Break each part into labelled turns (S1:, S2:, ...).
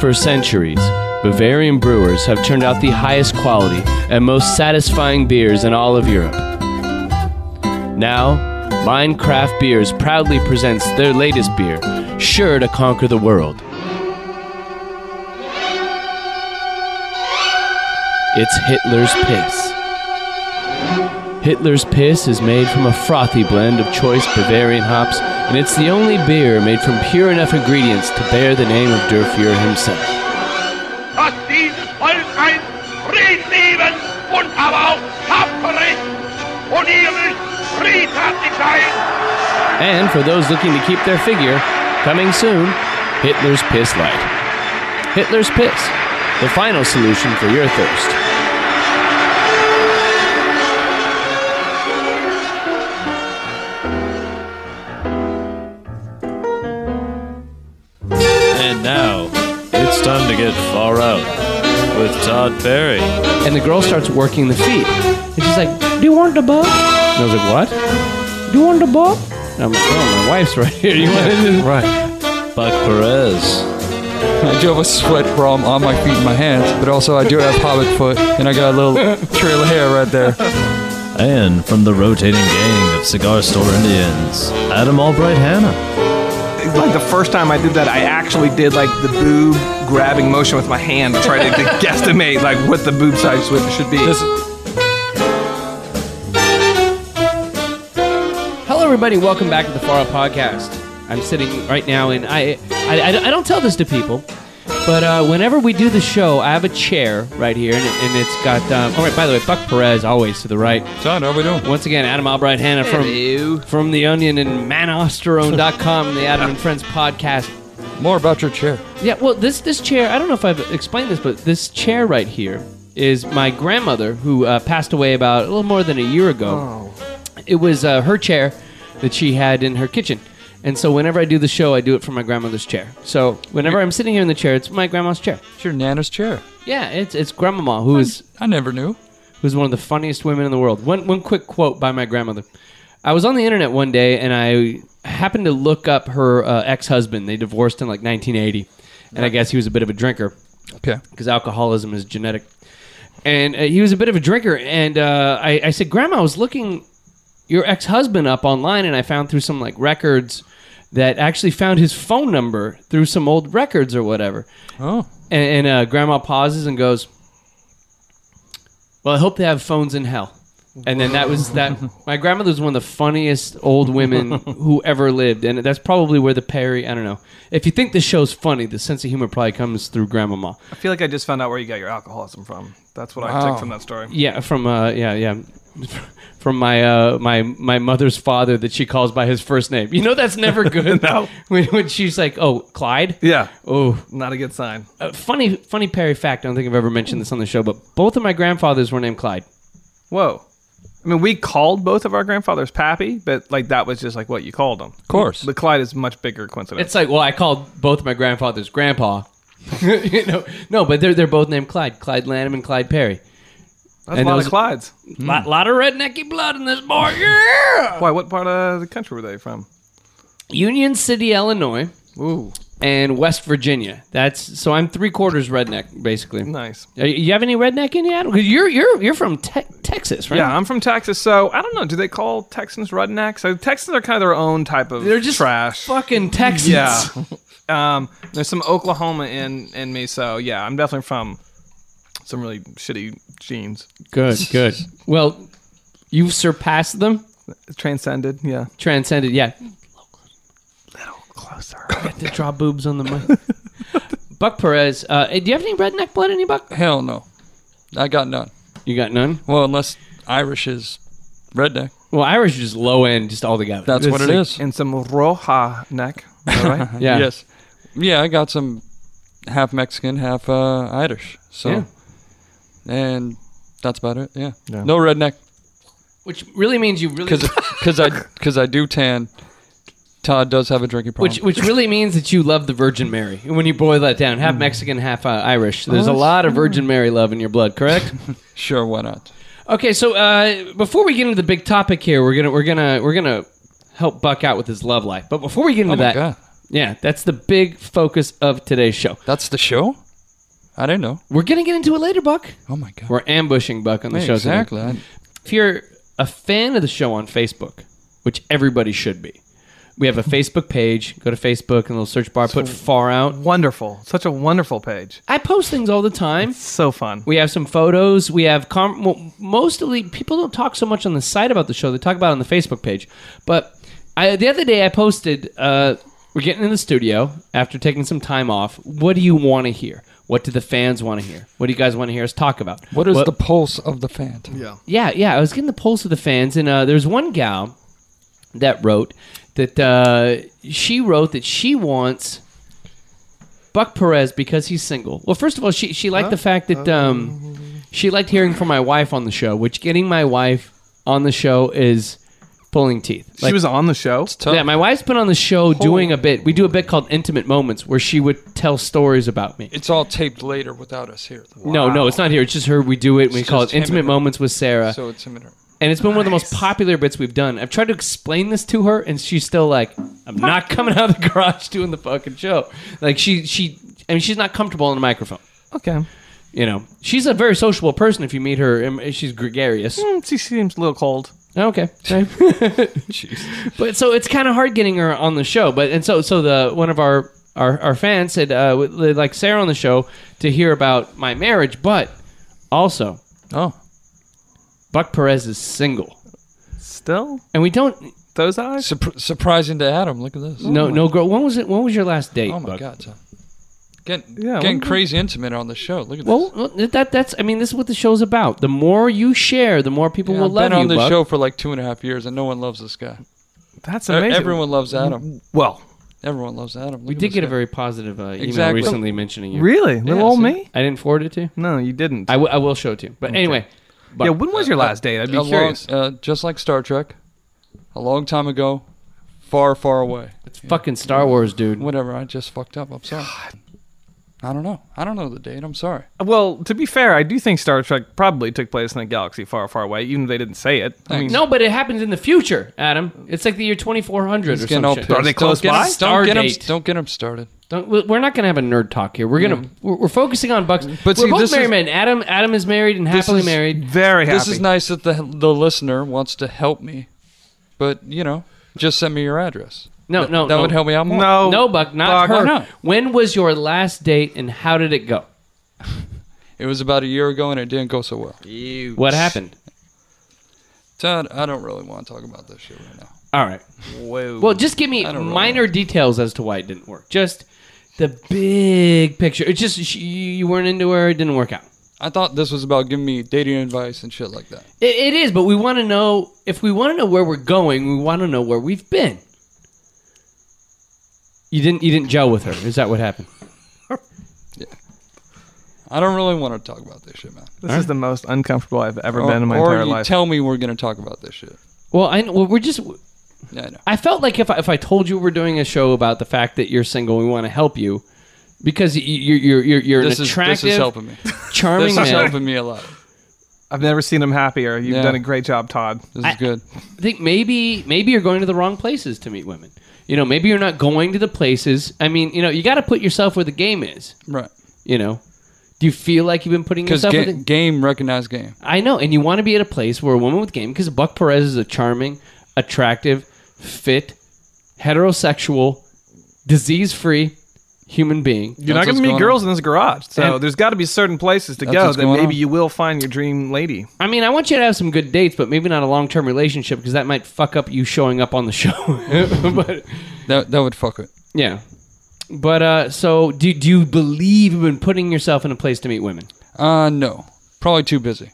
S1: For centuries, Bavarian brewers have turned out the highest quality and most satisfying beers in all of Europe. Now, Mein Craft Beers proudly presents their latest beer, sure to conquer the world. It's Hitler's Piss. Hitler's Piss is made from a frothy blend of choice Bavarian hops, and it's the only beer made from pure enough ingredients to bear the name of Der Fuhrer himself.
S2: dass dieses Volk ein friedliebend und aber auch tapferes und ihres friedfertig sein.
S1: And for those looking to keep their figure, coming soon, Hitler's Piss Light. Hitler's Piss, the final solution for your thirst.
S3: And now, it's time to get far out with Todd Perry.
S1: And the girl starts working the feet. And she's like, Do you want the bob? And I was like, What? Do you want the bob? And I'm like, Oh, my wife's right here. You want to
S4: Right.
S3: Buck Perez.
S4: I do have a sweat problem on my feet and my hands, but also I do have hobbit foot, and I got a little trail of hair right there.
S3: And from the rotating gang of Cigar Store Indians, Adam Albright Hanna.
S5: Like the first time I did that, I actually did like the boob grabbing motion with my hand to try to, to guesstimate like what the boob size should- should be.
S1: Hello, everybody. Welcome back to the Far Out Podcast. I'm sitting right now, and I, I, I, I don't tell this to people, but uh, whenever we do the show, I have a chair right here, and, it, and it's got. Um, all right, by the way, Buck Perez always to the right.
S4: John, how we doing?
S1: Once again, Adam Albright Hanna from from The Onion and Manosterone.com, the Adam and Friends podcast.
S4: More about your chair.
S1: Yeah, well, this this chair. I don't know if I've explained this, but this chair right here is my grandmother who uh, passed away about a little more than a year ago. It was uh, her chair that she had in her kitchen. And so whenever I do the show, I do it from my grandmother's chair. So whenever I'm sitting here in the chair, it's my grandma's chair.
S4: It's your nana's chair.
S1: Yeah, it's it's grandmama who is
S4: I never knew.
S1: who's one of the funniest women in the world. One, one quick quote by my grandmother. I was on the internet one day and I happened to look up her uh, ex husband. They divorced in like 1980, and I guess he was a bit of a drinker
S4: Okay.
S1: because alcoholism is genetic. And uh, he was a bit of a drinker. And uh, I, I said, Grandma, I was looking your ex husband up online, and I found through some like records that actually found his phone number through some old records or whatever.
S4: Oh.
S1: And, and uh, Grandma pauses and goes, "Well, I hope they have phones in hell." And then that was that. My grandmother was one of the funniest old women who ever lived, and that's probably where the Perry. I don't know. If you think this show's funny, the sense of humor probably comes through Grandmama.
S5: I feel like I just found out where you got your alcoholism from. That's what I
S4: Wow.
S5: took from that story.
S1: Yeah, from uh, yeah, yeah, from my uh, my my mother's father that she calls by his first name. You know that's never good.
S5: No.
S1: when, when she's like, "Oh, Clyde."
S5: Yeah,
S1: Oh,
S5: not a good sign.
S1: uh, funny, funny Perry fact. I don't think I've ever mentioned this on the show, but both of my grandfathers were named Clyde.
S5: Whoa. I mean, we called both of our grandfathers Pappy, but like that was just like what you called them. Of
S4: course.
S5: The Clyde is much bigger coincidence.
S1: It's like, well, I called both my grandfathers grandpa. you know, no, but they're they're both named Clyde, Clyde Lanham and Clyde Perry.
S5: That's a
S1: and
S5: lot
S1: those-
S5: of Clydes.
S1: Lot, lot of rednecky blood in this bar. Yeah.
S5: Why? What part of the country were they from?
S1: Union City, Illinois,
S5: Ooh,
S1: and West Virginia. That's so I'm three quarters redneck, basically.
S5: nice.
S1: Uh, You have any redneck in you? Adam? 'Cause You're you're you're from te- Texas, right?
S5: Yeah, I'm from Texas, so I don't know. Do they call Texans rednecks? So Texans are kind of their own type of
S1: They're just
S5: trash.
S1: fucking Texas.
S5: yeah. um, there's some Oklahoma in in me, so yeah, I'm definitely from some really shitty genes.
S1: Good, good. Well, you've surpassed them,
S5: Transcended, yeah.
S1: transcended. Yeah,
S5: Closer.
S1: to draw boobs on the mic. Buck Perez, uh, hey, do you have any redneck blood in you, Buck?
S4: Hell no. I got none.
S1: You got none.
S4: Well, unless Irish is redneck.
S1: Well, Irish is just low end, just altogether.
S4: That's what it is.
S5: and some Roja neck. All right.
S1: yeah.
S4: Yes. Yeah, I got some half Mexican, half uh, Irish. So,
S1: Yeah.
S4: and that's about it. Yeah. No redneck
S1: Which really means you really,
S4: because I because I do tan. Todd does have a drinking problem.
S1: which which really means that you love the Virgin Mary. When you boil that down,
S4: Mm.
S1: half Mexican, half uh, Irish. There's a lot of Virgin Mary love in your blood, correct?
S4: sure, why not?
S1: Okay, so uh, before we get into the big topic here, we're gonna we're gonna we're gonna help Buck out with his love life. But before we get into
S4: Oh my
S1: that,
S4: God.
S1: Yeah, that's the big focus of today's show.
S4: That's the show? I didn't know.
S1: We're gonna get into it later, Buck.
S4: Oh my god.
S1: We're ambushing Buck on the
S4: Yeah,
S1: show today.
S4: exactly. I-
S1: If you're a fan of the show on Facebook, which everybody should be, we have a Facebook page. Go to Facebook and a little search bar, put far out.
S5: Wonderful. Such a wonderful page.
S1: I post things all the time.
S5: So fun.
S1: We have some photos. We have com- well, mostly people don't talk so much on the site about the show. They talk about it on the Facebook page. But I, the other day, I posted. Uh, we're getting in the studio after taking some time off. What do you want to hear? What do the fans want to hear? What do you guys want to hear us talk about?
S4: What is the pulse of the fan? Yeah.
S1: Yeah, yeah. I was getting the pulse of the fans, and uh, there's one gal that wrote that uh, she wrote that she wants Buck Perez because he's single. Well, first of all, she she liked the fact that um, she liked hearing from my wife on the show, which getting my wife on the show is pulling teeth.
S5: she was on the show.
S1: Yeah, my wife's been on the show doing a bit. We do a bit called Intimate Moments where she would tell stories about me.
S4: It's all taped later without us here. though.
S1: No, no, it's not here. It's just her. We do it. and we call it
S4: just him
S1: Intimate
S4: and her.
S1: Moments with Sarah.
S4: So it's a minute.
S1: And it's been one of the most popular bits we've done. I've tried to explain this to her, and she's still like, "I'm not coming out of the garage doing the fucking show." Like she, she, I mean, she's not comfortable on the microphone.
S5: Okay.
S1: You know, she's a very sociable person. If you meet her, Um, she's gregarious. Oh,
S5: Hmm, She seems a little cold.
S1: Okay, but so it's kind of hard getting her on the show. But and so so the one of our our, our fans said uh, would like Sarah on the show to hear about my marriage, but also
S4: Oh.
S1: Buck Perez is single,
S5: Still?
S1: and we don't
S5: Those eyes?
S4: Surpr- surprising to Adam. Look at this.
S1: No, no girl. When was it? When was your last date?
S4: Oh my
S1: Buck?
S4: god. Tom. Getting,
S5: Yeah,
S4: getting
S5: well-
S4: crazy intimate on the show. Look at
S1: Well,
S4: this.
S1: well, that that's. I mean, this is what the show's about. The more you share, the more people
S4: Yeah,
S1: will
S4: I've
S1: love
S4: been on
S1: you.
S4: this
S1: Buck.
S4: show for like two and a half years, and no one loves this guy.
S5: That's
S4: E-
S5: amazing.
S4: Everyone loves Adam.
S5: Well,
S4: Everyone loves Adam.
S1: Mm-hmm. we did get a very positive uh, email
S4: Exactly.
S1: recently mentioning you.
S5: really? Little old
S4: see?
S5: me?
S1: I didn't forward it to you.
S5: No, you didn't.
S1: I, w- I will show it to you. But anyway, Buck,
S5: yeah, when was your last date? I'd be
S4: uh, a long,
S5: curious.
S4: uh, just like Star Trek, a long time ago, far, far away.
S1: it's fucking Star Wars, dude.
S4: Whatever. I just fucked up. I'm sorry. I don't know. I don't know the date. I'm sorry.
S5: well, to be fair, I do think Star Trek probably took place in a galaxy far, far away, even if they didn't say it. I mean,
S1: No, but it happens in the future, Adam. It's like the year 2400 or
S4: Getting all
S1: something.
S4: pissed.
S5: Are they
S4: Don't
S5: close
S4: get him-
S5: by?
S4: Don't get, him,
S1: Stardate.
S4: don't get him started.
S1: Don't, we- we're not going to have a nerd talk here. We're gonna we're, we're focusing on Bucks.
S4: But
S1: we're
S4: see,
S1: both
S4: this
S1: married
S4: is-
S1: men. Adam Adam is married and happily
S4: is-
S1: married.
S5: very happy.
S4: This is nice that the the listener wants to help me, but you know, just send me your address.
S1: No,
S4: Th-
S1: no,
S4: that
S1: no.
S4: would help me out more.
S5: No.
S1: No, Buck, not
S5: Buck,
S1: her.
S5: why
S4: not?
S1: When was your last date and how did it go?
S4: It was about a year ago, and it didn't go so well.
S1: What happened?
S4: Todd, I don't really want to talk about this shit right now.
S1: All right.
S5: Whoa.
S1: Well, just give me
S4: don't really
S1: minor details as to why it didn't work. Just the big picture. It's just she, you weren't into her. It didn't work out.
S4: I thought this was about giving me dating advice and shit like that.
S1: It, it is, but we want to know if we want to know where we're going. We want to know where we've been. You didn't. You didn't gel with her. Is that what happened?
S4: I don't really want to talk about this shit, man.
S5: this is the most uncomfortable I've ever
S4: Or,
S5: been in my
S4: or
S5: entire
S4: you
S5: life.
S4: tell me we're gonna talk about this shit.
S1: Well, I well, we're just.
S4: Yeah, I know.
S1: I felt like if I, if I told you we're doing a show about the fact that you're single, we want to help you because you, you're you're you're, you're
S4: This
S1: an
S4: is
S1: attractive,
S4: this is helping me.
S1: charming
S4: This is
S1: man.
S4: helping me a lot.
S5: I've never seen him happier. You've
S4: Yeah.
S5: done a great job, Todd.
S4: This is
S1: I-
S4: good.
S1: I think maybe maybe you're going to the wrong places to meet women. You know, maybe you're not going to the places. I mean, you know, you got to put yourself where the game is.
S4: Right.
S1: You know, do you feel like you've been putting
S4: Because
S1: yourself? where the-
S4: game recognized game.
S1: I know, and you want to be at a place where a woman with game, because Buck Perez is a charming, attractive, fit, heterosexual, disease-free human being.
S5: You're not
S4: That's
S5: going to
S4: what's
S5: meet
S4: going
S5: girls in this garage, so
S1: And-
S5: there's got to be certain places to
S4: That's
S5: go
S4: what's
S5: that
S4: going
S5: maybe
S4: on.
S5: you will find your dream lady.
S1: I mean, I want you to have some good dates, but maybe not a long-term relationship because that might fuck up you showing up on the show. but
S4: That that would fuck it.
S1: yeah. But uh, so, do, do you believe you've been putting yourself in a place to meet women?
S4: Uh, no. Probably too busy.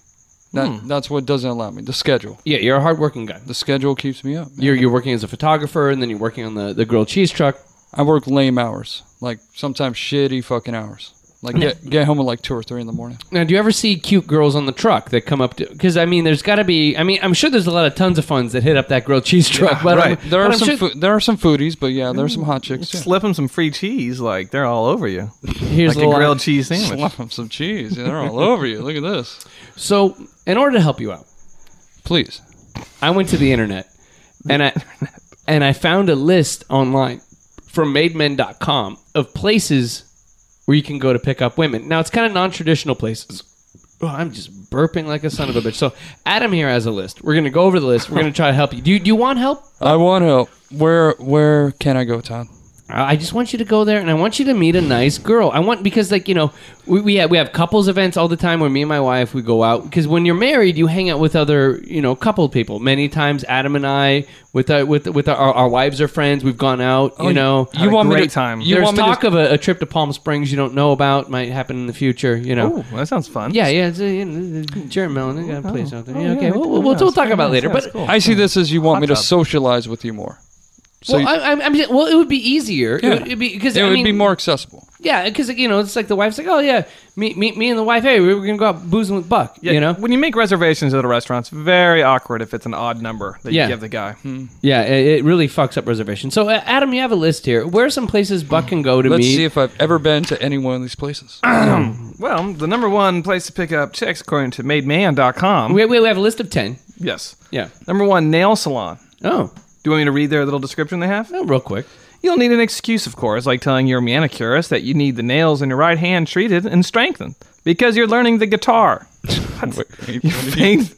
S4: That,
S1: Hmm.
S4: That's what doesn't allow me. The schedule.
S1: Yeah, you're a hardworking guy.
S4: The schedule keeps me up. man.
S1: You're, you're working as a photographer, and then you're working on the, the grilled cheese truck.
S4: I work lame hours. Like sometimes shitty fucking hours. Like get, get home at like two or three in the morning.
S1: Now, do you ever see cute girls on the truck that come up to? Because I mean, there's got to be. I mean, I'm sure there's a lot of tons of funds that hit up that grilled cheese truck. but
S5: right.
S1: I'm,
S4: There
S1: but
S4: are
S1: I'm
S4: some
S1: sure- Mm,
S4: foo- there are some foodies, but yeah, there's some hot chicks. Yeah.
S5: Slip them some free cheese, like they're all over you,
S1: here's
S5: like
S1: a
S5: a
S1: lot-
S5: grilled cheese sandwich.
S4: Slap 'em some cheese. Yeah, they're all over you. Look at this.
S1: So, in order to help you out,
S4: Please.
S1: I went to the internet, and I and I found a list online from mademen.com of places where you can go to pick up women. Now, it's kind of non traditional places. Oh, I'm just burping like a son of a bitch. So, Adam here has a list. We're going to go over the list. We're going to try to help you. Do, you. do you want help?
S4: I want help. Where where can I go, Todd?
S1: I I just want you to go there, and I want you to meet a nice girl. I want because, like you know, we we have, we have couples events all the time where me and my wife we go out because when you're married, you hang out with other you know couple people. Many times, Adam and I with our, with with our, our wives or friends, we've gone out. you know,
S5: Had
S4: Oh, You
S5: a
S4: want me
S5: great
S4: to-
S5: time.
S4: you
S1: there's
S4: want me to-
S1: talk of a, a trip to Palm Springs you don't know about might happen in the future. You know,
S5: Oh, that sounds fun.
S1: yeah, yeah, it's a, you know, it's a German melon, they got a
S4: Oh.
S1: place out there. Yeah, okay, we'll, we'll, we'll, talk about it later. but
S4: I see this as you want me to
S5: tub.
S4: socialize with you more. So
S1: well,
S4: you-
S1: I, I'm, I'm just, well, it would be easier.
S4: Yeah.
S1: It would it'd be because
S4: it
S1: I
S4: would
S1: mean,
S4: be more accessible.
S1: Yeah, because you know, it's like the wife's like, "Oh yeah, me, me, me and the wife. Hey, we were gonna go out boozing with Buck."
S5: Yeah,
S1: you know.
S5: when you make reservations at a restaurant, it's very awkward if it's an odd number that
S1: Yeah.
S5: you give the guy. Hmm.
S1: Yeah, it, it really fucks up reservations. So, uh, Adam, you have a list here. Where are some places Buck can go to
S4: Let's
S1: meet?
S4: see if I've ever been to any one of these places.
S5: Well, the number one place to pick up chicks, according to mademan.com.
S1: wait, wait, we have a list of ten.
S5: yes.
S1: Yeah.
S5: Number one, nail salon.
S1: Oh,
S5: Do you want me to read their little description they have?
S1: no, real quick.
S5: You'll need an excuse, of course, like telling your manicurist that you need the nails in your right hand treated and strengthened because you're learning the guitar. your, feigned,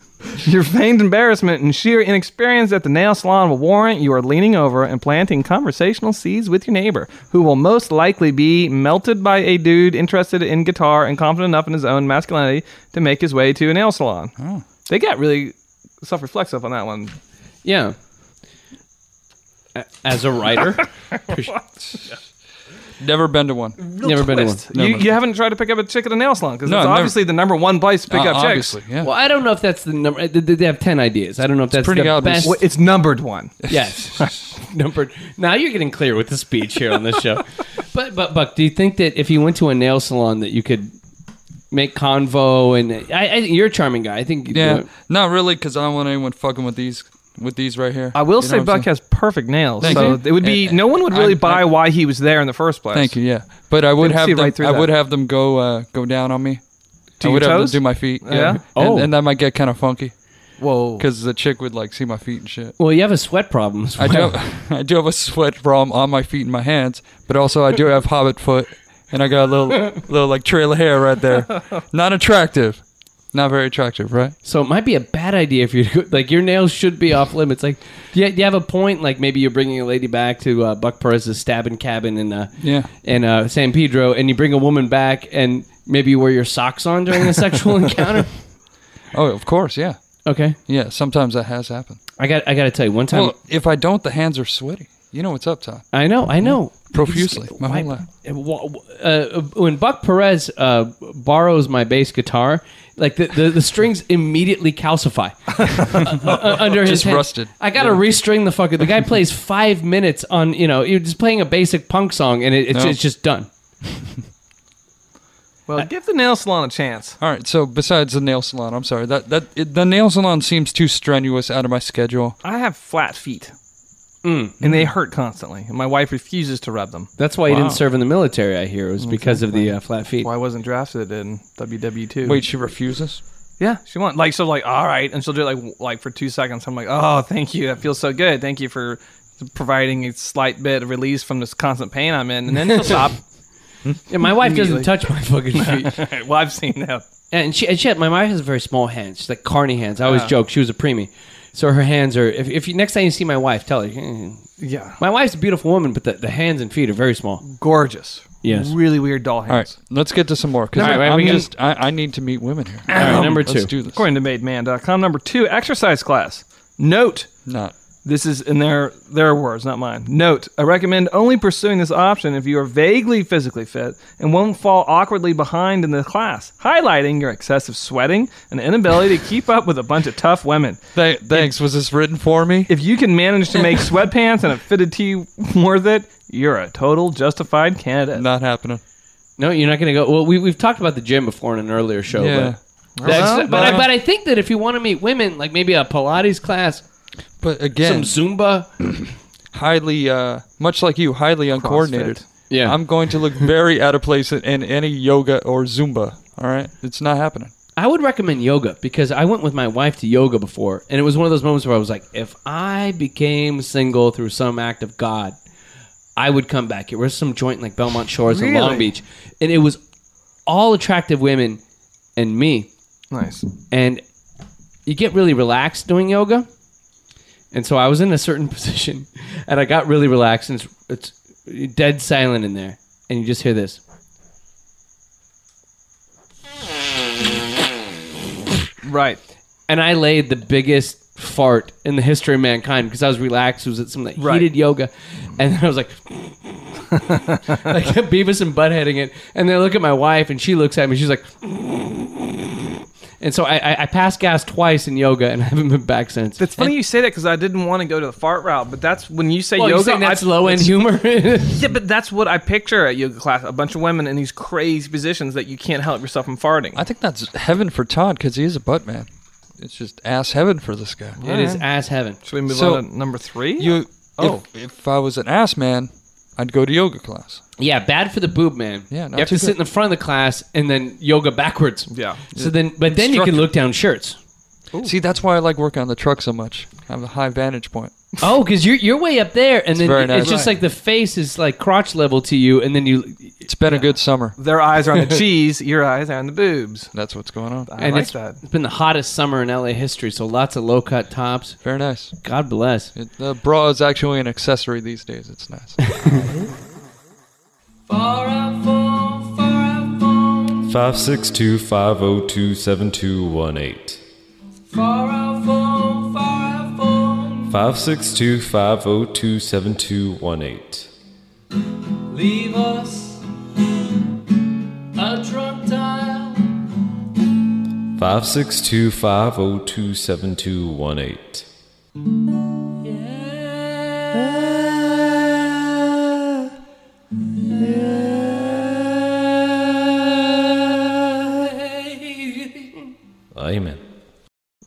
S5: your feigned embarrassment and sheer inexperience at the nail salon will warrant you are leaning over and planting conversational seeds with your neighbor, who will most likely be melted by a dude interested in guitar and confident enough in his own masculinity to make his way to a nail salon. They got really self reflexive on that one.
S1: Yeah. A- As a writer,
S4: Never been to one.
S1: never been to one.
S5: Twist. You, you haven't tried to pick up a chick at a nail salon because
S4: No,
S5: it's
S4: I've never-
S5: obviously the number one place to pick
S4: Uh,
S5: up chicks.
S4: obviously, yeah.
S1: Well, I don't know if that's the number. uh, They they have ten ideas. I don't know if that's
S4: pretty
S1: the
S4: obvious.
S1: best.
S5: Well, it's numbered one.
S1: Yes. Numbered. Now you're getting clear with the speech here on this show. But but Buck, do you think that if you went to a nail salon that you could make convo and I, I think you're a charming guy. I think you
S4: yeah,
S1: do
S4: not really, because I don't want anyone fucking with these with these right here.
S5: I will say
S4: what I'm
S5: Buck has perfect nails,
S4: Thank
S5: so
S4: you.
S5: it would be
S4: Eh,
S5: no one would really
S4: I-
S5: buy
S4: I-
S5: why he was there in the first place.
S4: Thank you. Yeah, but I would
S5: Didn't
S4: have
S5: see
S4: them.
S5: right through
S4: I
S5: that.
S4: would have them go uh, go down on me. I
S5: To your
S4: would have
S5: toes?
S4: them do my feet. Yeah.
S5: Yeah?
S4: And,
S1: Oh.
S4: and that might get kind of funky
S5: Whoa.
S4: because the chick would like see my feet and shit.
S1: Well, you have a sweat problem. as
S4: I do.
S1: well.
S4: Have, I do have a sweat problem on my feet and my hands, but also I do have hobbit foot, and I got a little little like trail of hair right there. Not attractive. Not very attractive, right?
S1: So it might be a bad idea for you to go, like your nails should be off limits. Like, do you, do you have a point? Like maybe you're bringing a lady back to uh, Buck Perez's stabbing cabin in uh,
S4: Yeah.
S1: in uh, San Pedro, and you bring a woman back, and maybe you wear your socks on during a sexual encounter.
S4: Oh, of course, yeah,
S1: Okay,
S4: yeah. Sometimes that has happened.
S1: I got I got to tell you one time.
S4: Well, if I don't, the hands are sweaty. You know what's up, Todd?
S1: I know, I know.
S4: Profusely, my whole life.
S1: Uh, when Buck Perez uh, borrows my bass guitar, like the, the, the strings immediately calcify Uh, uh, under his
S4: Just
S1: hand.
S4: rusted.
S1: I gotta restring the fucker. The guy plays five minutes on you know you're just playing a basic punk song and it, it's,
S4: No.
S1: it's just done.
S5: Well, give the nail salon a chance.
S4: All right. So besides the nail salon, I'm sorry that that it, the nail salon seems too strenuous out of my schedule.
S5: I have flat feet,
S1: Mm.
S5: and they hurt constantly. And my wife refuses to rub them.
S1: That's why he didn't serve in the military. I hear it was because of the uh, flat feet.
S5: Why I wasn't drafted in WW two?
S4: Wait, she refuses.
S5: yeah, she wants like so like all right, and she'll do it like w- like for two seconds. I'm like, oh, thank you, that feels so good. Thank you for providing a slight bit of release from this constant pain I'm in, and then she'll stop.
S1: Yeah, my wife doesn't
S5: Immediately.
S1: touch my fucking feet.
S5: well, I've seen that.
S1: And she, and she had, my wife has very small hands. She's like carny hands. I always joke she was a preemie, so her hands are. If, if you next time you see my wife, tell her. "Mm,
S5: Yeah,
S1: My wife's a beautiful woman, but the, the hands and feet are very small.
S5: gorgeous.
S1: Yes.
S5: really weird doll hands.
S4: All right, let's get to some more because
S1: All right,
S4: I'm
S1: we can-
S4: just I, I need to meet women here.
S1: All right, number 2
S4: Let's do this.
S5: According to mademan.com, number two, exercise class. Note,
S4: Not.
S5: this is in their their words, not mine. Note, I recommend only pursuing this option if you are vaguely physically fit and won't fall awkwardly behind in the class, highlighting your excessive sweating and inability to keep up with a bunch of tough women.
S4: Th- thanks. Was this written for me?
S5: If you can manage to make sweatpants and a fitted tee worth it, you're a total justified candidate.
S4: Not happening.
S1: No, you're not going to go. Well, we, we've talked about the gym before in an earlier show.
S4: Yeah.
S1: But, that's-
S5: Oh, Well,
S1: but, I,
S5: but-
S1: but I think that if you want to meet women, like maybe a Pilates class,
S4: But again,
S1: some Zumba.
S4: highly, uh, much like you, highly uncoordinated.
S1: Yeah.
S4: I'm going to look very out of place in, in any yoga or Zumba. All right, it's not happening.
S1: I would recommend yoga because I went with my wife to yoga before, and it was one of those moments where I was like, if I became single through some act of God, I would come back. It was some joint like Belmont Shores in Long
S5: Really?
S1: Beach, and it was all attractive women and me.
S5: Nice.
S1: And you get really relaxed doing yoga. And so I was in a certain position, and I got really relaxed, and it's, it's dead silent in there, and you just hear this.
S5: Right.
S1: and I laid the biggest fart in the history of mankind because I was relaxed. It was at some like,
S5: Right.
S1: heated yoga, and then I was like, like Beavis and buttheading it. And then I look at my wife, and she looks at me. She's like, and so I, I, I passed gas twice in yoga, and I haven't been back since.
S5: It's funny you say that because I didn't want to go to the fart route, but that's when you say
S1: well,
S5: yoga.
S1: you're saying that's
S5: I-
S1: low end humor.
S5: Yeah, but that's what I picture at yoga class: a bunch of women in these crazy positions that you can't help yourself from farting.
S4: I think that's heaven for Todd because he is a butt man. It's just ass heaven for this guy.
S1: it is ass heaven.
S5: Should we move
S4: So-
S5: on to number three?
S4: You,
S5: Oh.
S4: if, if I was an ass man, I'd go to yoga class.
S1: Yeah, bad for the boob, man.
S4: Yeah,
S1: you
S4: not
S1: have to
S4: too
S1: sit
S4: good.
S1: in the front of the class and then yoga backwards.
S5: Yeah.
S1: So then, but then you can
S4: Instructor.
S1: look down shirts.
S4: See, that's why I like working on the truck so much. I have a high vantage point.
S1: Oh, because you're you're way up there, and then
S4: very
S1: it- it's
S4: nice.
S1: just like the face is like crotch level to you, and then you
S4: It's been a good summer.
S5: Their eyes are on the cheese. Your eyes are on the boobs.
S4: That's what's going on.
S5: I
S1: and
S5: like
S1: it's-
S5: that.
S1: it's been the hottest summer in LA history, so lots of low cut tops.
S4: Very nice.
S1: God bless.
S4: It, the bra is actually an accessory these days. It's nice.
S3: Five six two five zero two seven two one eight. Five six two five zero two seven two one eight.
S6: Leave us a drunk dial.
S3: Five six two five zero two seven two one eight. Amen.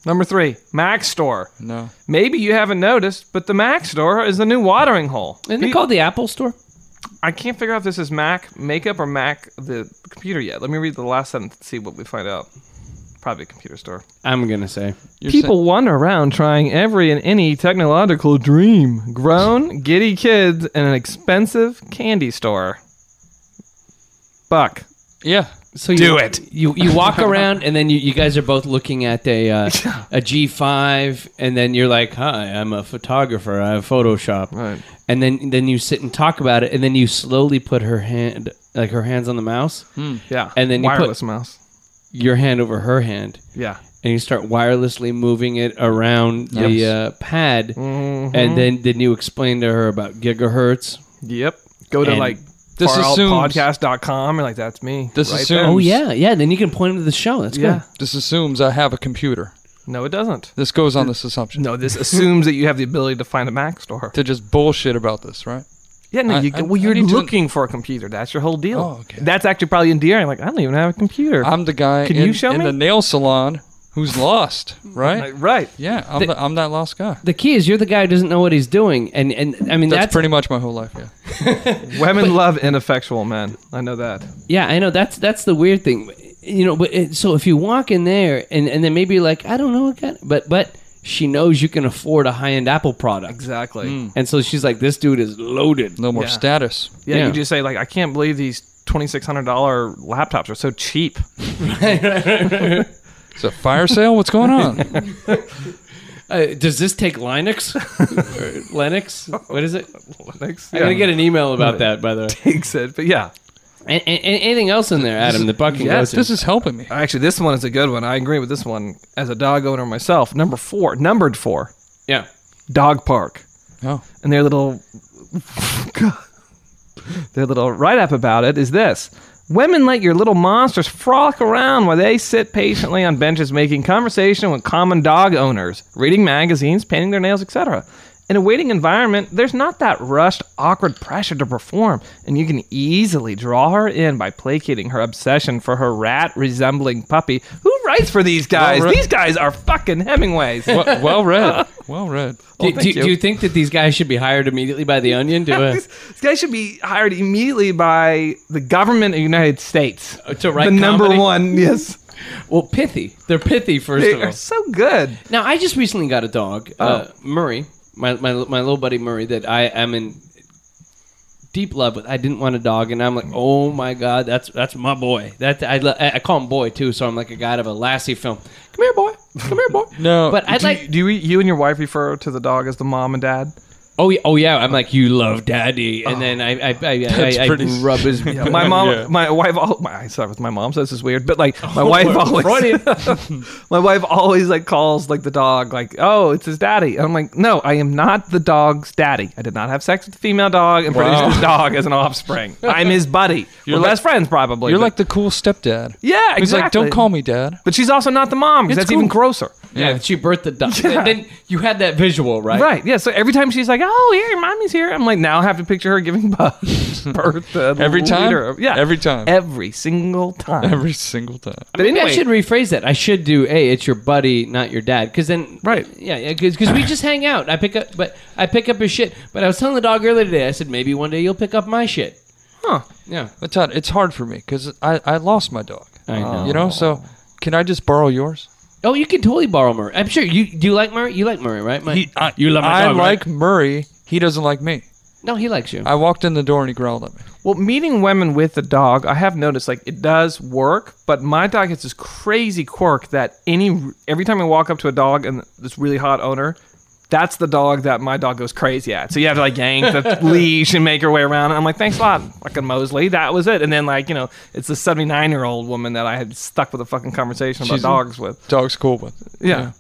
S5: Number three, Mac Store.
S4: No.
S5: Maybe you haven't noticed, but the Mac Store is the new watering hole.
S1: Isn't it
S5: Pe-
S1: called the Apple Store?
S5: I can't figure out if this is Mac makeup or Mac the computer yet. Let me read the last sentence and see what we find out. Probably a computer store.
S1: I'm gonna say.
S5: People wander around trying every and any technological dream. Grown, giddy kids in an expensive candy store. Buck.
S4: Yeah.
S1: So you,
S5: Do it.
S1: You you walk around, and then you, you guys are both looking at a uh, a G5, and then you're like, "Hi, I'm a photographer. I have Photoshop."
S5: Right.
S1: And then then you sit and talk about it, and then you slowly put her hand like her hands on the mouse,
S5: Yeah.
S1: And then you put-
S5: wireless mouse.
S1: your hand over her hand.
S5: Yeah.
S1: and you start wirelessly moving it around the uh, pad, and then then you explain to her about gigahertz.
S5: Yep. Go to
S1: And
S5: like
S4: this assumes-
S5: faroutpodcast.com and like that's me.
S4: This
S5: right
S4: assumes.
S5: there.
S1: Oh yeah, yeah. Then you can point them to the show. That's
S5: Yeah.
S1: yeah.
S4: This assumes I have a computer.
S5: No, it doesn't.
S4: This goes on this assumption.
S5: No, this assumes that you have the ability to find a Mac store.
S4: To just bullshit about this, right?
S5: Yeah, no,
S4: I-
S5: you,
S4: I-
S5: well,
S4: I
S5: you're
S4: need to-
S5: looking for a computer. That's your whole deal.
S4: Oh, okay.
S5: That's actually probably endearing. Like, I don't even have a computer.
S4: I'm the guy
S5: Can
S4: in,
S5: you show
S4: in
S5: me?
S4: the nail salon who's lost, right?
S5: Like, right.
S4: Yeah, I'm, the, I'm that lost guy.
S1: The key is you're the guy who doesn't know what he's doing, and and I mean
S4: That's,
S1: that's,
S4: pretty much my whole life, yeah.
S5: Women love ineffectual men. I know that.
S1: yeah. I know that's that's the weird thing, you know. But it, so if you walk in there, and and then maybe you're like I don't know what kind, but but she knows you can afford a high end Apple product,
S5: Exactly.
S4: Hmm.
S1: and so she's like, this dude is loaded.
S4: No more
S5: Yeah.
S4: status.
S5: Yeah,
S1: Yeah.
S5: you just say like, I can't believe these twenty six hundred dollar laptops are so cheap.
S4: It's a fire sale? What's going on?
S1: Uh, does this take Linux? Linux? What is it?
S5: Linux.
S1: I'm gonna get an email about that, by the way.
S5: takes it, but yeah.
S1: And, and, and anything else in there, Adam? The bucking
S5: yeah,
S1: goes in.
S4: this is helping me.
S5: Actually, this one is a good one. I agree with this one as a dog owner myself. Number four, numbered four,
S1: yeah.
S5: dog park,
S4: Oh,
S5: and their little, God. their little write up about it is this: women let your little monsters frolic around while they sit patiently on benches making conversation with common dog owners, reading magazines, painting their nails, etc. In a waiting environment, there's not that rushed, awkward pressure to perform, and you can easily draw her in by placating her obsession for her rat resembling puppy. Who writes for these guys?
S4: Well, re-
S5: these guys are fucking Hemingways.
S4: well, well read. Well read.
S1: Do,
S5: thank
S1: do,
S5: you.
S1: do you think that these guys should be hired immediately by the Onion to
S5: This, this guy should be hired immediately by the government of the United States.
S1: uh, to write
S5: the number
S1: comedy?
S5: one, yes.
S1: Well, pithy. They're pithy first
S5: They
S1: of all.
S5: are so good.
S1: Now, I just recently got a dog, uh, Murray, my, my my little buddy Murray, that I am in deep love with. I didn't want a dog, and I'm like, oh my god, that's that's my boy. That I, lo- I I call him boy too, so I'm like a guy out of a Lassie film. Come here, boy. Come here, boy.
S4: No,
S1: but I'd
S5: do,
S1: like.
S5: you, do you, you and your wife refer to the dog as the mom and dad?
S1: Oh yeah, oh yeah. I'm like, you love daddy, and then I I I, I, I,
S4: pretty-
S1: rub his.
S5: My mom,
S4: Yeah.
S5: my wife, all, my, sorry, with my mom, so this is weird, but like my wife always, my wife always like calls like the dog, like, oh, it's his daddy. And I'm like, no, I am not the dog's daddy. I did not have sex with the female dog and produced this dog as an offspring. I'm his buddy. We're
S4: like-
S5: best friends probably.
S4: You're
S5: but-
S4: like the cool stepdad.
S5: yeah, exactly.
S4: He's like, don't call me dad.
S5: But she's also not the mom because
S4: It's
S5: that's even
S4: cool.
S5: grosser.
S1: yeah, she birthed the dog.
S5: Yeah.
S1: Then you had that visual, right?
S5: Right. Yeah. So every time she's like, "Oh, yeah, your mommy's here," I'm like, now I have to picture her giving birth. birth uh, the
S4: Every time?
S5: leader of- yeah.
S4: Every time.
S5: Every single time.
S4: Every single time.
S5: but
S1: Maybe
S5: anyway,
S1: I should rephrase that. I should do, hey, it's your buddy, not your dad, because then,
S5: Right.
S1: Yeah, because we just hang out. I pick up, but I pick up his shit. But I was telling the dog earlier today. I said maybe one day you'll pick up my shit.
S5: Huh.
S1: Yeah.
S4: But Todd, it's hard for me because I, I lost my dog.
S1: I know.
S4: You know, so can I just borrow yours?
S1: Uh, Oh, you can totally borrow Murray. I'm sure you do. You like Murray? You like Murray, right? My,
S4: I,
S1: uh, you love my
S4: I
S1: dog, right?
S4: like Murray. He doesn't like me.
S1: no, he likes you.
S4: I walked in the door and he growled at me.
S5: well, meeting women with a dog, I have noticed like it does work. But my dog has this crazy quirk that any every time I walk up to a dog and this really hot owner. That's the dog that my dog goes crazy at. So you have to like yank the leash and make her way around. And I'm like, thanks a lot, fucking Mosley. That was it. And then like, you know, it's the 79 year old woman that I had stuck with a fucking conversation about
S4: She's-
S5: dogs with.
S4: Dog's cool with.
S5: Yeah.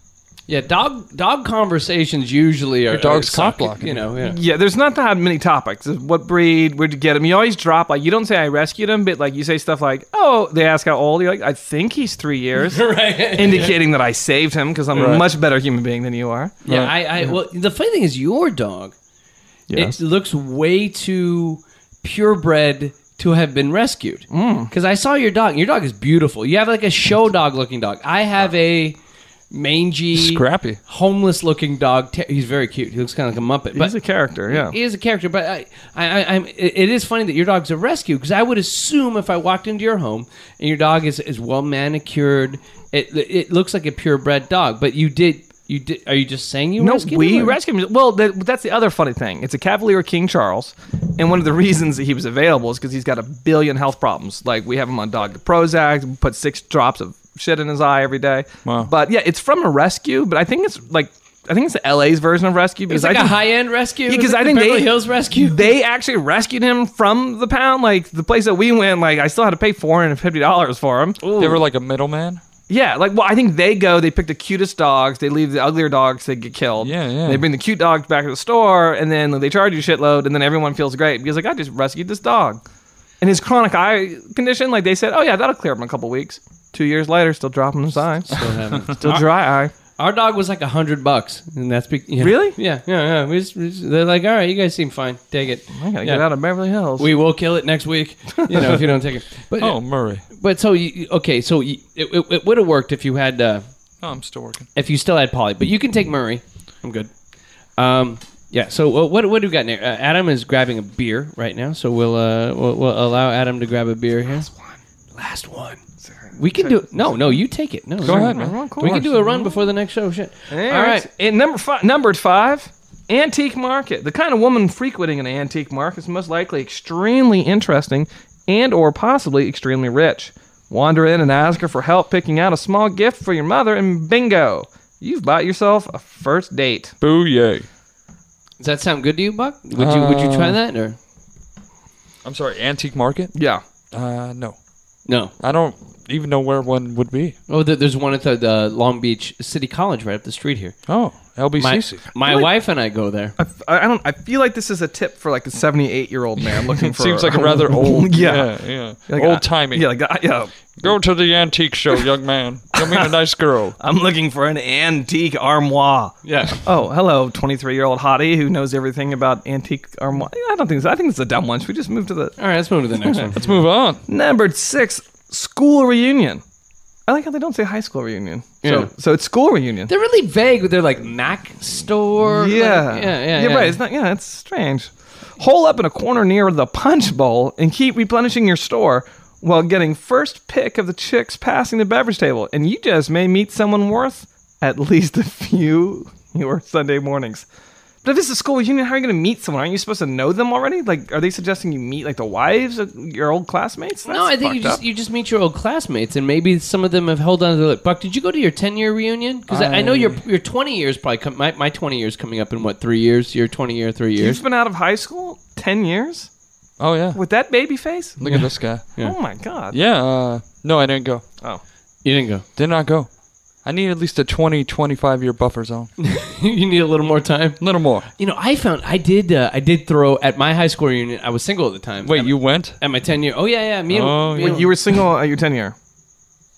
S1: yeah, dog dog conversations usually are
S4: dog's
S1: are suck-
S4: cock-blocking
S1: You know, yeah.
S5: Yeah, there's not that many topics. What breed? Where'd you get him? You always drop like you don't say I rescued him, but like you say stuff like, "Oh, they ask how old." You're like, "I think he's three years,"
S1: right.
S5: indicating that I saved him because I'm a much better human being than you are.
S1: Yeah, I, I well, the funny thing is, your dog, it looks way too purebred to have been rescued. Because I saw your dog, and your dog is beautiful. You have like a show dog looking dog. I have a mangy,
S4: Scrappy.
S1: homeless looking dog. Ter- He's very cute. He looks kind of like a muppet.
S5: he's a character. Yeah,
S1: He is a character, but I, I, I, I'm. It it is funny that your dog's a rescue because I would assume if I walked into your home and your dog is, is well manicured, it it looks like a purebred dog. But you did, you did. Are you just saying you
S5: No,
S1: rescued?
S5: we
S1: him, or-
S5: rescued him. Well, that, that's the other funny thing. It's a Cavalier King Charles, and one of the reasons that he was available is because he's got a billion health problems. Like we have him on Dog Prozac, we put six drops of shit in his eye every day.
S4: Wow.
S5: But yeah, it's from a rescue. But I think it's like I think it's LA's version of rescue
S1: It's
S5: because
S1: like
S5: I
S1: a
S5: think,
S1: high end rescue.
S5: because
S1: Is it
S5: I
S1: the
S5: think
S1: Beverly
S5: they,
S1: Hills rescue.
S5: They actually rescued him from the pound, like the place that we went. Like I still had to pay four hundred and fifty dollars for him.
S4: They were like a middleman.
S5: Yeah, like well, I think they go. They pick the cutest dogs. They leave the uglier dogs. They get killed.
S4: Yeah, yeah.
S5: They bring the cute dogs back to the store, and then they charge you a shitload, and then everyone feels great because like I just rescued this dog, and his chronic eye condition. Like they said, oh yeah, that'll clear up in a couple weeks. Two years later, still dropping his eye, still dry eye.
S1: Our dog was like a hundred bucks, and that's be- yeah.
S5: Really?
S1: Yeah, yeah, yeah. We just, we just- they're like, all right, you guys seem fine. Take it.
S5: I gotta
S1: Yeah.
S5: get out of Beverly Hills.
S1: We will kill it next week, you know, if you don't take it. But
S4: Oh, Murray.
S1: but so you, okay, so you, it, it, it would have worked if you had uh,
S4: Oh, I'm still working.
S1: if you still had Polly, but you can take Murray. I'm good. Um, yeah. So uh, what what do we got there? Uh, Adam is grabbing a beer right now, so we'll uh we'll, we'll allow Adam to grab a beer here. Last one. Last one. We can do no, no. You take it. No,
S4: Go ahead, man.
S1: We can do a run before the next show. Shit. All right.
S5: And number five, numbered five, antique market. The kind of woman frequenting an antique market is most likely extremely interesting and or possibly extremely rich. Wander in and ask her for help picking out a small gift for your mother, and bingo, you've bought yourself a first date.
S4: Boo yay.
S1: Does that sound good to you, Buck? Would you would you try that or
S4: I'm sorry, antique market?
S5: Yeah.
S4: Uh, no.
S1: no?
S4: I don't even know where one would be.
S1: Oh, there- there's one at the, the Long Beach City College right up the street here.
S4: Oh,
S1: My,
S4: LBCC.
S1: my wife and I go there.
S5: I, f- I don't. I feel like this is a tip for like a seventy-eight-year-old man looking for.
S4: Seems like a rather old.
S5: yeah.
S4: yeah, yeah.
S5: Like,
S4: old
S5: I-
S4: timey.
S5: Yeah, like I- yeah.
S4: Go to the antique show, young man. You'll meet a nice girl.
S5: I'm looking for an antique armoire.
S4: Yeah.
S5: Oh, hello, 23 year old hottie who knows everything about antique armoire. I don't think so. I think it's a dumb one. Should we just move to the
S1: All right, let's move to the next one.
S4: Let's move on.
S5: number six school reunion? I like how they don't say high school reunion.
S1: Yeah.
S5: So, so it's school reunion.
S1: They're really vague. They're like Mac store. like-
S5: yeah.
S1: yeah, yeah,
S5: You're right. It's not, yeah, it's strange. Hole up in a corner near the punch bowl and keep replenishing your store while getting first pick of the chicks passing the beverage table. And you just may meet someone worth at least a few your Sunday mornings. But if it's a school reunion, how are you going to meet someone? Aren't you supposed to know them already? Like, are they suggesting you meet like the wives of your old classmates?
S1: No, I think you just you just meet your old classmates, and maybe some of them have held on to their lip. Buck, did you go to your ten year reunion? Because I, I know your your twenty years probably com- my my twenty years coming up in what three years? Your twenty year, three years.
S5: You've been out of high school ten years
S4: Oh yeah.
S5: with that baby face.
S4: Look at this guy.
S5: Oh my god. Oh.
S4: Yeah. Uh, no, I didn't go.
S1: You didn't go.
S4: Did not go. I need at least a 20, 25 year buffer zone.
S1: you need a little more time.
S4: A little more.
S1: You know, I found I did uh, I did throw at my high school reunion. I was single at the time.
S4: Wait,
S1: at,
S4: you went?
S1: at my ten year? Oh yeah, yeah. Me and,
S4: Oh,
S1: me
S4: yeah.
S1: and-
S5: You were single at your ten year.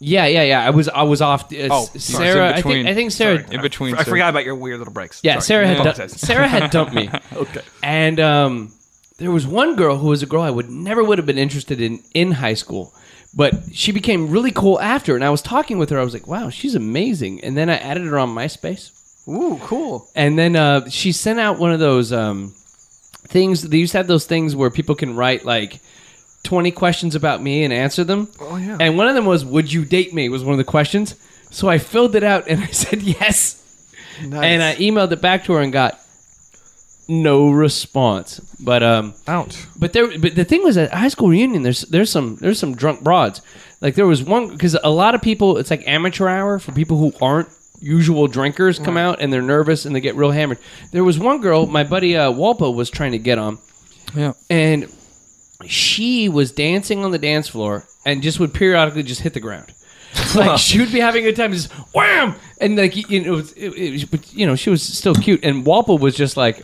S1: yeah, yeah, yeah. I was I was off. Uh,
S5: Oh,
S1: S-
S5: sorry,
S1: Sarah.
S4: it's in
S1: I think
S4: between.
S1: I think Sarah.
S4: In between.
S5: I
S4: so-
S5: forgot about your weird little breaks.
S1: Yeah, Sarah
S5: Sorry.
S1: had du-
S5: Apologize.
S1: Sarah had dumped me. okay. And um, there was one girl who was a girl I would never would have been interested in in high school, but she became really cool after. And I was talking with her. I was like, "Wow, she's amazing." And then I added her on MySpace.
S5: Ooh, cool.
S1: And then uh, she sent out one of those um, things. They used to have those things where people can write like twenty questions about me and answer them. Oh
S5: yeah.
S1: And one of them was, "Would you date me?" Was one of the questions. So I filled it out and I said yes.
S5: Nice.
S1: And I emailed it back to her and got no response. But um,
S5: Ouch.
S1: but there, but the thing was at high school reunion, there's there's some there's some drunk broads. Like there was one because a lot of people, it's like amateur hour for people who aren't usual drinkers come out and they're nervous and they get real hammered. There was one girl, my buddy uh, Walpo was trying to get on,
S4: Yeah.
S1: and she was dancing on the dance floor and just would periodically just hit the ground. like she would be having a good time, just wham, and like you know, it was, it, it was, but you know, she was still cute, and Walpole was just like,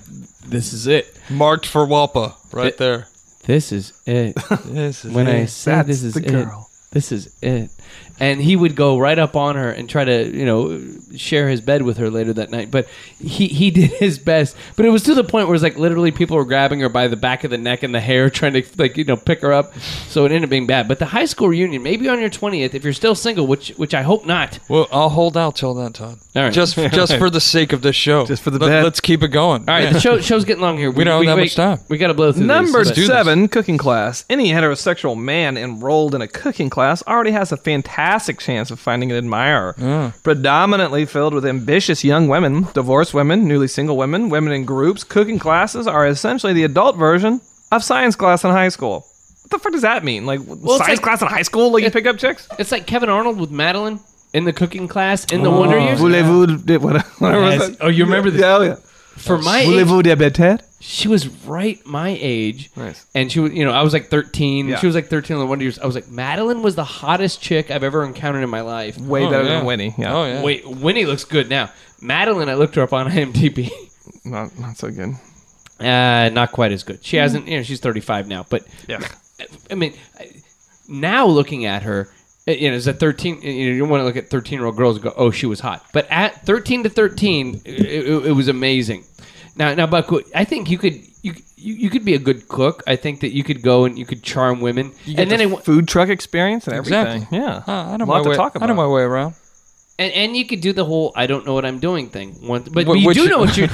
S1: "This is it,
S4: Marked for Walpa right
S1: It-
S4: there.
S1: this is it."
S4: This is
S1: when I
S4: it.
S1: say
S5: That's
S1: this is
S5: the
S1: it,
S5: girl.
S1: this is it, and he would go right up on her and try to you know share his bed with her later that night. But he he did his best, but it was to the point where it's like literally people were grabbing her by the back of the neck and the hair, trying to like you know pick her up. So it ended up being bad. But the high school reunion, maybe on your twentieth, if you're still single, which which I hope not.
S4: Well, I'll hold out till then, Todd.
S1: All right.
S4: Just just for the sake of this show.
S5: Just for the
S4: Let,
S5: bed.
S4: Let's keep it going.
S1: All right, the show, show's getting long here. We,
S4: don't have that
S1: we-
S4: much time.
S1: We got to blow through these,
S5: Number
S1: but-
S5: seven, cooking class. Any heterosexual man enrolled in a cooking class already has a fantastic chance of finding an admirer. Predominantly filled with ambitious young women, divorced women, newly single women, women in groups, cooking classes are essentially the adult version of science class in high school. What the fuck does that mean? Like
S1: it's
S5: science
S1: like-
S5: class in high school? Like you
S1: it-
S5: pick up chicks?
S1: It's like Kevin Arnold with Madeline in the cooking class in
S4: Oh.
S1: the Wonder Years.
S5: Voulez-vous whatever
S1: Yes. Oh, you remember this?
S5: Yeah, oh, yeah.
S1: For my age,
S5: Voulez-vous diabetes?
S1: she was right my age.
S5: Nice.
S1: And she was, you know, I was like 13.
S5: Yeah.
S1: She was like 13 on the Wonder Years. I was like, Madeline was the hottest chick I've ever encountered in my life.
S5: Way
S4: Oh,
S5: better
S4: yeah.
S5: than Winnie. Yeah.
S4: Oh, yeah.
S1: Wait, Winnie looks good now. Madeline, I looked her up on IMDb.
S5: Not, not so good.
S1: Uh, not quite as good. She hasn't, you know, she's 35 now. But,
S5: Hmm. Yeah.
S1: I mean, I- now looking at her, uh, you know, as a 13, you know, you want to look at 13 year old girls and go, oh, she was hot. But at 13 to 13, it, it, it was amazing. Now, now, Buck, I think you could. You, you, you could be a good cook. I think that you could go and you could charm women. and then I, wa-
S5: food truck experience and everything.
S4: Exactly.
S5: Yeah.
S4: Uh, I know
S5: Lot
S4: my
S5: to
S4: way.
S5: talk
S4: I know my
S5: about.
S4: way around.
S1: And, and you could do the whole I don't know what I'm doing thing. One, but
S4: Wh-
S1: you
S4: which-
S1: do know what you,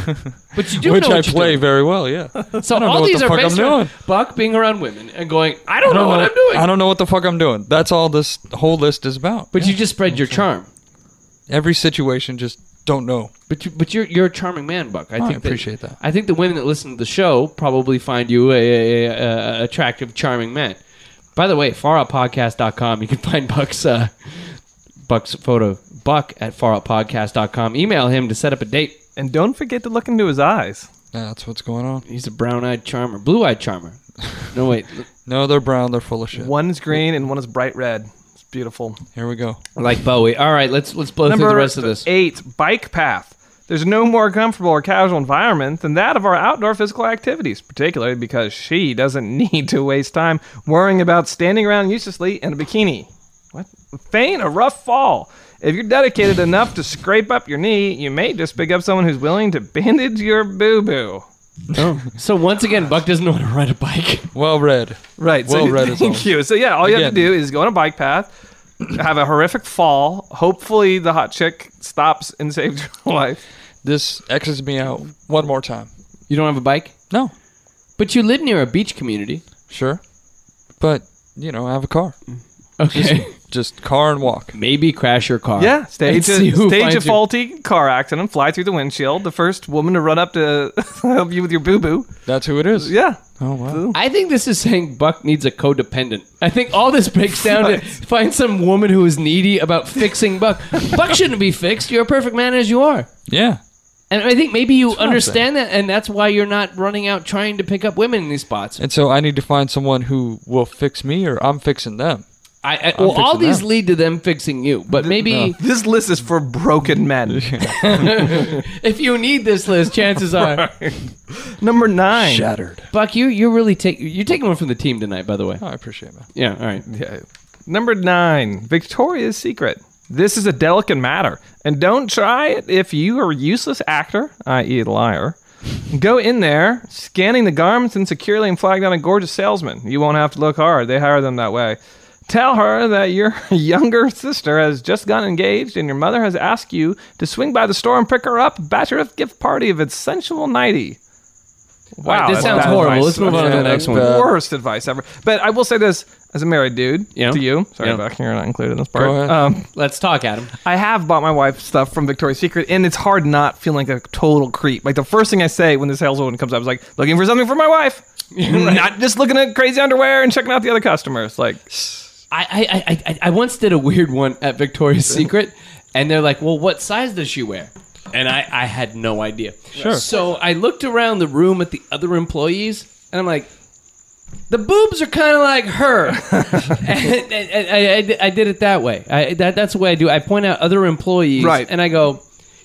S1: but you do
S4: Which
S1: know
S4: I
S1: what
S4: play
S1: you
S4: very well, yeah.
S1: do. So
S4: I don't
S1: all
S4: know what
S1: these
S4: the
S1: are
S4: fuck I'm
S1: based on
S4: doing.
S1: Buck being around women and going, I don't,
S4: I
S1: know,
S4: don't
S1: what
S4: know
S1: I'm doing.
S4: I don't know what the fuck I'm doing. That's all this whole list is about.
S1: but you just spread your charm.
S4: Every situation, just don't know.
S1: But you, but you're you're a charming man, Buck. Oh, I
S4: I
S1: think
S4: appreciate that.
S1: I think the women that listen to the show probably find you a, a, a, a attractive, charming man. By the way, faroutpodcast.com. You can find Buck's uh, Buck's photo. Buck at faroutpodcast.com. Email him to set up a date.
S5: And don't forget to look into his eyes.
S4: Yeah, that's what's going on.
S1: He's a brown-eyed charmer, blue-eyed charmer. No wait,
S4: No, they're brown. They're full of shit.
S5: One is green and one is bright red. It's beautiful.
S4: Here we go.
S1: like Bowie. All right, let's let's blow through the rest of this.
S5: eight, bike path. There's no more comfortable or casual environment than that of our outdoor physical activities, particularly because she doesn't need to waste time worrying about standing around uselessly in a bikini. What? Feign a rough fall. If you're dedicated enough to scrape up your knee, you may just pick up someone who's willing to bandage your boo boo.
S1: Oh. So once again, Buck doesn't know how to ride a bike.
S4: Well read.
S5: Right.
S4: Well
S5: so
S4: read as
S5: thank
S4: always.
S5: you. So yeah, all you have to
S4: Again.
S5: do is go on a bike path, have a horrific fall. Hopefully, the hot chick stops and saves your life.
S4: This X's me out one more time.
S1: You don't have a bike,
S4: No,
S1: but you live near a beach community.
S4: sure, but you know I have a car.
S1: Okay,
S4: just car and walk.
S1: Maybe crash your car.
S5: Yeah, stage
S1: And see
S5: a,
S1: who
S5: stage
S1: finds
S5: a
S1: you.
S5: faulty car accident, fly through the windshield. The first woman to run up to help you with your boo boo.
S4: That's who it is.
S5: Yeah,
S4: Oh wow.
S1: I think this is saying Buck needs a codependent. I think all this breaks down to find some woman who is needy about fixing Buck. Buck shouldn't be fixed. You're a perfect man as you are.
S4: Yeah.
S1: And I think maybe you understand that, and that's why you're not running out trying to pick up women in these spots.
S4: And so I need to find someone who will fix me, or I'm fixing them.
S1: I, I, well, all
S4: fixing
S1: these
S4: that.
S1: lead to them fixing you, but maybe
S5: this list is for broken men.
S1: if you need this list, chances are,
S5: Number nine.
S4: Shattered.
S1: Buck, you you're really take you're taking one from the team tonight, by the way.
S4: Oh, I appreciate that.
S1: Yeah, all right.
S5: Yeah. Number nine, Victoria's Secret. This is a delicate matter, and don't try it if you are a useless actor, i.e., liar. Go in there, scanning the garments and securely and flag down a gorgeous salesman. You won't have to look hard, they hire them that way. Tell her that your younger sister has just gotten engaged and your mother has asked you to swing by the store and pick her up, batch her with gift party of its sensual nighty. Wow,
S1: this
S5: that's
S1: sounds
S5: bad
S1: horrible.
S5: advice.
S1: Let's move on to
S4: Yeah,
S1: the next
S4: that's
S1: one.
S4: bad. Uh,
S5: worst advice ever. But I will say this as a married dude
S1: Yeah.
S5: to you. Sorry,
S1: Yeah.
S5: Buck, you're not included in this part.
S4: ahead.
S5: Um,
S1: Let's talk, Adam.
S5: I have bought my wife stuff from Victoria's Secret, and it's hard not feeling like a total creep. Like the first thing I say when the saleswoman comes up is like, "Looking for something for my wife." Not just looking at crazy underwear and checking out the other customers. Like,
S1: I, I, I, I I once did a weird one at Victoria's Secret, and they're like, "Well, what size does she wear?" And I, I had no idea. Sure. So I looked around the room at the other employees, and I'm like, "The boobs are kind of like her." and, and- and I- I did- I, did it that way. I, that, that's the way I do. it. I point out other employees,
S5: Right.
S1: And I go,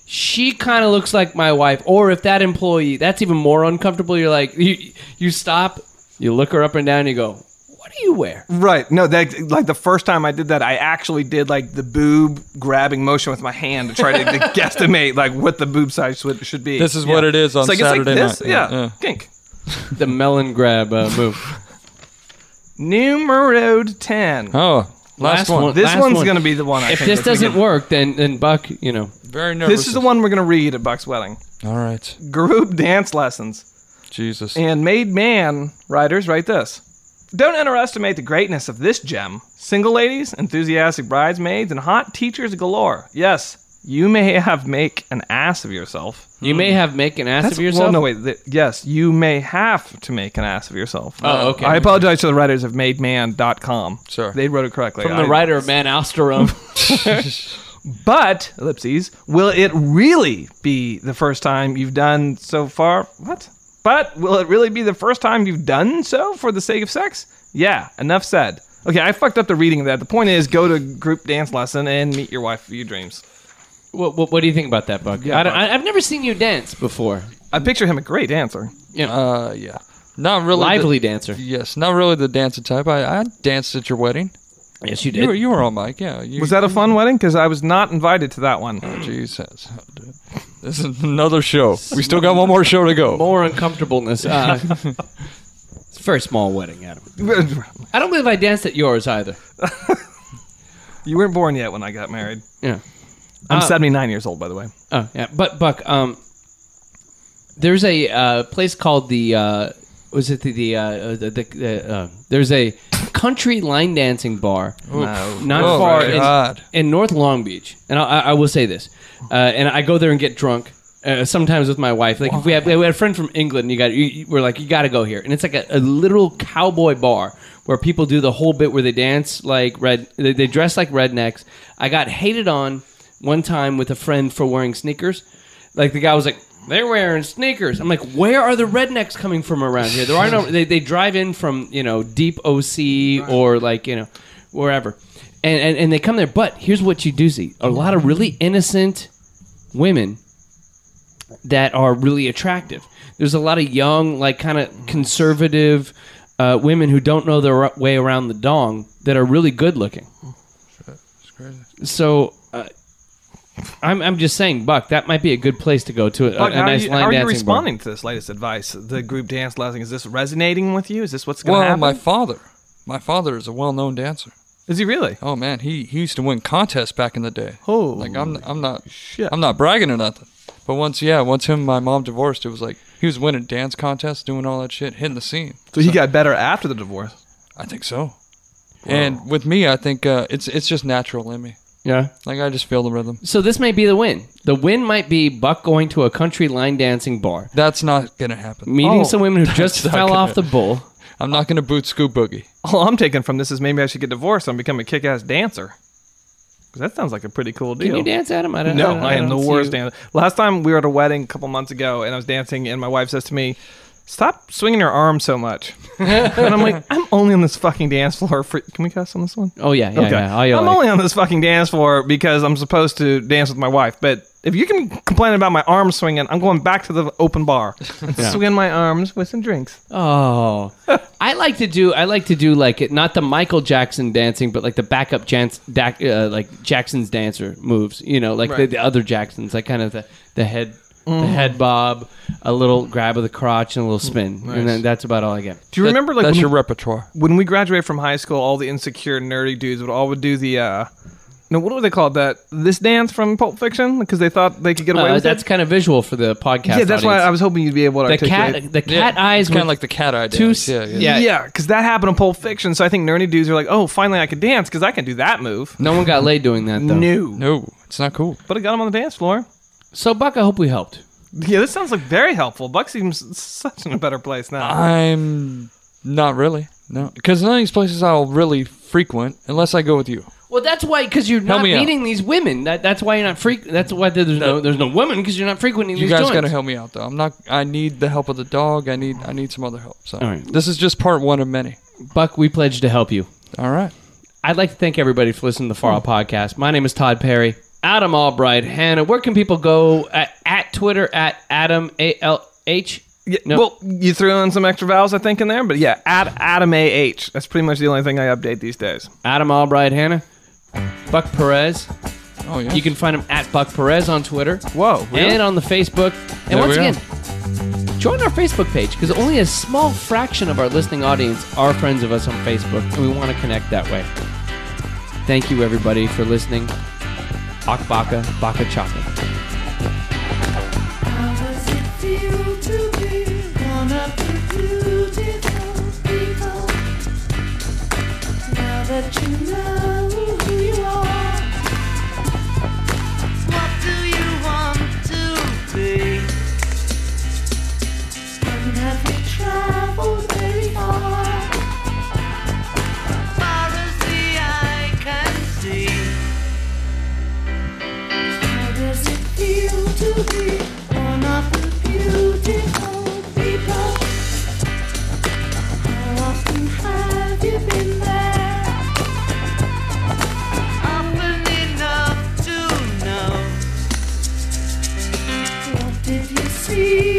S1: "She kind of looks like my wife." Or if that employee, that's even more uncomfortable. You're like, you, you stop, you look her up and down, you go. What do you wear?
S5: right? No, that like the first time I did that, I actually did like the boob grabbing motion with my hand to try to, to guesstimate like what the boob size should, should be.
S4: This is what it is on
S5: It's like
S4: Saturday
S5: it's like this,
S4: night.
S5: Yeah,
S4: Yeah, yeah.
S5: kink.
S1: The melon grab uh, move.
S5: Numero 10.
S4: Oh, last,
S1: Last
S4: one.
S1: one.
S5: This
S1: Last
S5: one's
S1: one.
S5: going to be the one I
S1: if
S5: think
S1: this
S5: that's gonna
S1: doesn't
S5: get-
S1: work, then then Buck, you know,
S4: Very nervous.
S5: This is the one we're going to read at Buck's wedding.
S4: All right.
S5: Group dance lessons
S4: Jesus.
S5: and made man writers write this. Don't underestimate the greatness of this gem. Single ladies, enthusiastic bridesmaids, and hot teachers galore. Yes, you may have make an ass of yourself.
S1: you may have make an ass
S5: Hmm. That's-
S1: of yourself.
S5: Well, no, wait. th- yes, you may have to make an ass of yourself.
S1: Oh, okay.
S5: I apologize to the writers of mademan.com.
S4: Sure.
S5: They wrote it correctly.
S1: From the
S5: I-
S1: writer of Man Alstrom.
S5: But ellipses, will it really be the first time you've done so far? What? But will it really be the first time you've done so for the sake of sex? Yeah, enough said. Okay, I fucked up the reading of that. The point is, go to group dance lesson and meet your wife of your dreams.
S1: what, what, what do you think about that, Buck?
S5: Yeah,
S1: I don't,
S5: Buck.
S1: I, I've never seen you dance before.
S5: I picture him a great dancer.
S4: Uh, yeah. Not really. the-
S1: Lively dancer.
S4: yes, not really the dancer type. I, I danced at your wedding.
S1: Yes, you did.
S4: You were, you were on mic. Yeah. You,
S5: Was that a fun wedding? Because I was not invited to that one. Oh,
S4: Jesus. This is another show. We still got one more show to go.
S1: More uncomfortableness. Uh, it's a very small wedding, Adam.
S5: you
S1: I don't believe I danced at yours either.
S5: weren't born yet when I got married.
S1: Yeah.
S5: I'm
S1: Uh,
S5: 79 years old, by the way.
S1: Oh yeah, but Buck, um, there's a uh, place called the uh, was it the the, uh, uh, the, the uh, there's a country line dancing bar not
S4: Oh,
S1: far
S4: my God.
S1: in, in North Long Beach, and I, I I will say this, uh, and I go there and get drunk. Uh, sometimes with my wife, like if we had, we had a friend from England. You got, you, you, we're like, you got to go here, and it's like a, a literal cowboy bar where people do the whole bit where they dance like red, they, they dress like rednecks. I got hated on one time with a friend for wearing sneakers. Like the guy was like, they're wearing sneakers. I'm like, where are the rednecks coming from around here? There are no. They, they drive in from you know deep OC or like you know wherever, and, and and they come there. But here's what you do see: a lot of really innocent women that are really attractive. There's a lot of young, like kind of conservative uh, women who don't know their way around the dong that are really good looking. So. Uh, I'm, I'm just saying, Buck. That might be a good place to go to a,
S5: Buck,
S1: a nice
S5: how are you,
S1: line
S5: how are you
S1: dancing bar.
S5: responding to this latest advice? The group dance lesson is this resonating with you? Is this what's going to
S4: Well,
S5: happen?
S4: my father. My father is a well-known dancer.
S5: is he really?
S4: Oh man, he, he used to win contests back in the day.
S5: Oh,
S4: like I'm I'm not
S5: shit.
S4: I'm not bragging or nothing. But once yeah, once him and my mom divorced, it was like he was winning dance contests, doing all that shit, hitting the scene.
S5: So he got better after the divorce.
S4: I think so. And with me, I think uh, it's it's just natural in me.
S1: Yeah.
S4: Like I just feel the rhythm.
S1: So this may be the win. The win might be Buck going to a country line dancing bar,
S4: That's not gonna happen.
S1: meeting
S5: Oh,
S1: some women who just
S4: not
S1: fell
S4: gonna-
S1: off the bull.
S4: I'm not gonna boot scoop boogie.
S5: All I'm taking from this is maybe I should get divorced and become a kick-ass dancer. 'Cause that sounds like a pretty cool deal.
S1: Can you dance, Adam? I don't
S5: No,
S1: don't-
S5: I, am
S1: don't
S5: the
S1: see
S5: worst
S1: you.
S5: dancer. Last time we were at a wedding a couple months ago, and I was dancing, and my wife says to me, "Stop swinging your arm so much." and I'm like, "I'm only on this fucking dance floor for." Can we cuss on this one?
S1: Oh yeah, yeah, yeah. I,
S5: I'm
S1: like-
S5: only on this fucking dance floor because I'm supposed to dance with my wife. But if you can complain about my arm swinging, I'm going back to the open bar and swinging my arms with some drinks.
S1: Oh, I like to do. I like to do like it, not the Michael Jackson dancing, but like the backup Jans, Dak, uh, like Jackson's dancer moves. You know, like the,
S5: Right. Mm.
S1: the other Jacksons, like kind of the the head, the head bob, a little grab of the crotch, and a little spin, and then that's about all I get.
S5: Do you remember like
S4: That's
S5: when,
S4: your repertoire.
S5: when we graduated from high school, all the insecure nerdy dudes would all would do the. uh no, what do they call that? This dance from Pulp Fiction because they thought they could get away
S1: Uh,
S5: with
S1: that's
S5: it.
S1: kind of visual for the podcast.
S5: Yeah, that's why I
S1: audience.
S5: was hoping you'd be able to
S1: the
S5: articulate.
S1: cat. The cat
S4: Yeah,
S1: eyes.
S4: It's kind
S1: were
S4: of like the cat eye
S1: two.
S4: dance. Yeah,
S1: s-
S4: yeah.
S1: yeah.
S5: yeah, because that happened in Pulp Fiction, so I think nerdy dudes are like, "Oh, finally I could dance because I can do that move."
S1: No one got laid doing that though.
S5: No,
S4: No, it's not cool.
S5: but I got him on the dance floor.
S1: So Buck, I hope we helped.
S5: Yeah, this sounds like very helpful. Buck seems such in a better place
S1: Uh,
S5: now.
S4: I'm not really. No, because none of these places I'll really frequent unless I go with you.
S1: Well, that's why because you're
S4: Help
S1: not
S4: me out.
S1: meeting these women. That, that's why you're not freak. That's why there's no, there's no women because you're not frequenting
S4: You
S1: these
S4: guys
S1: joints.
S4: gotta help me out though. I'm not. I need the help of the dog. I need. I need some other help. So
S1: All right.
S4: this is just part one of many.
S1: Buck, we pledge to help you.
S4: All right.
S1: I'd like to thank everybody for listening to the Far Out Podcast. My name is Todd Perry. Adam Albright, Hannah. Where can people go at, at Twitter at Adam A L H?
S5: Yeah,
S1: no.
S5: Well, you threw in some extra vowels, I think, in there, but yeah, add Adam A H. That's pretty much the only thing I update these days.
S1: Adam Albright, Hannah. Buck Perez.
S4: Oh yeah.
S1: You can find him at Buck Perez on Twitter.
S5: Whoa, really?
S1: And on the Facebook. And
S4: There
S1: once
S4: we are.
S1: again, join our Facebook page because only a small fraction of our listening audience are friends of us on Facebook, and we want to connect that way. Thank you, everybody, for listening. Akbaka, baka chaka.
S7: How does it feel to be one of the beautiful people? Now that you know who you are, what do you want to be? And have you traveled very far? Far as the eye can see. How does it feel to be one of the beautiful people? How often have you been there? Often enough to know. What did you see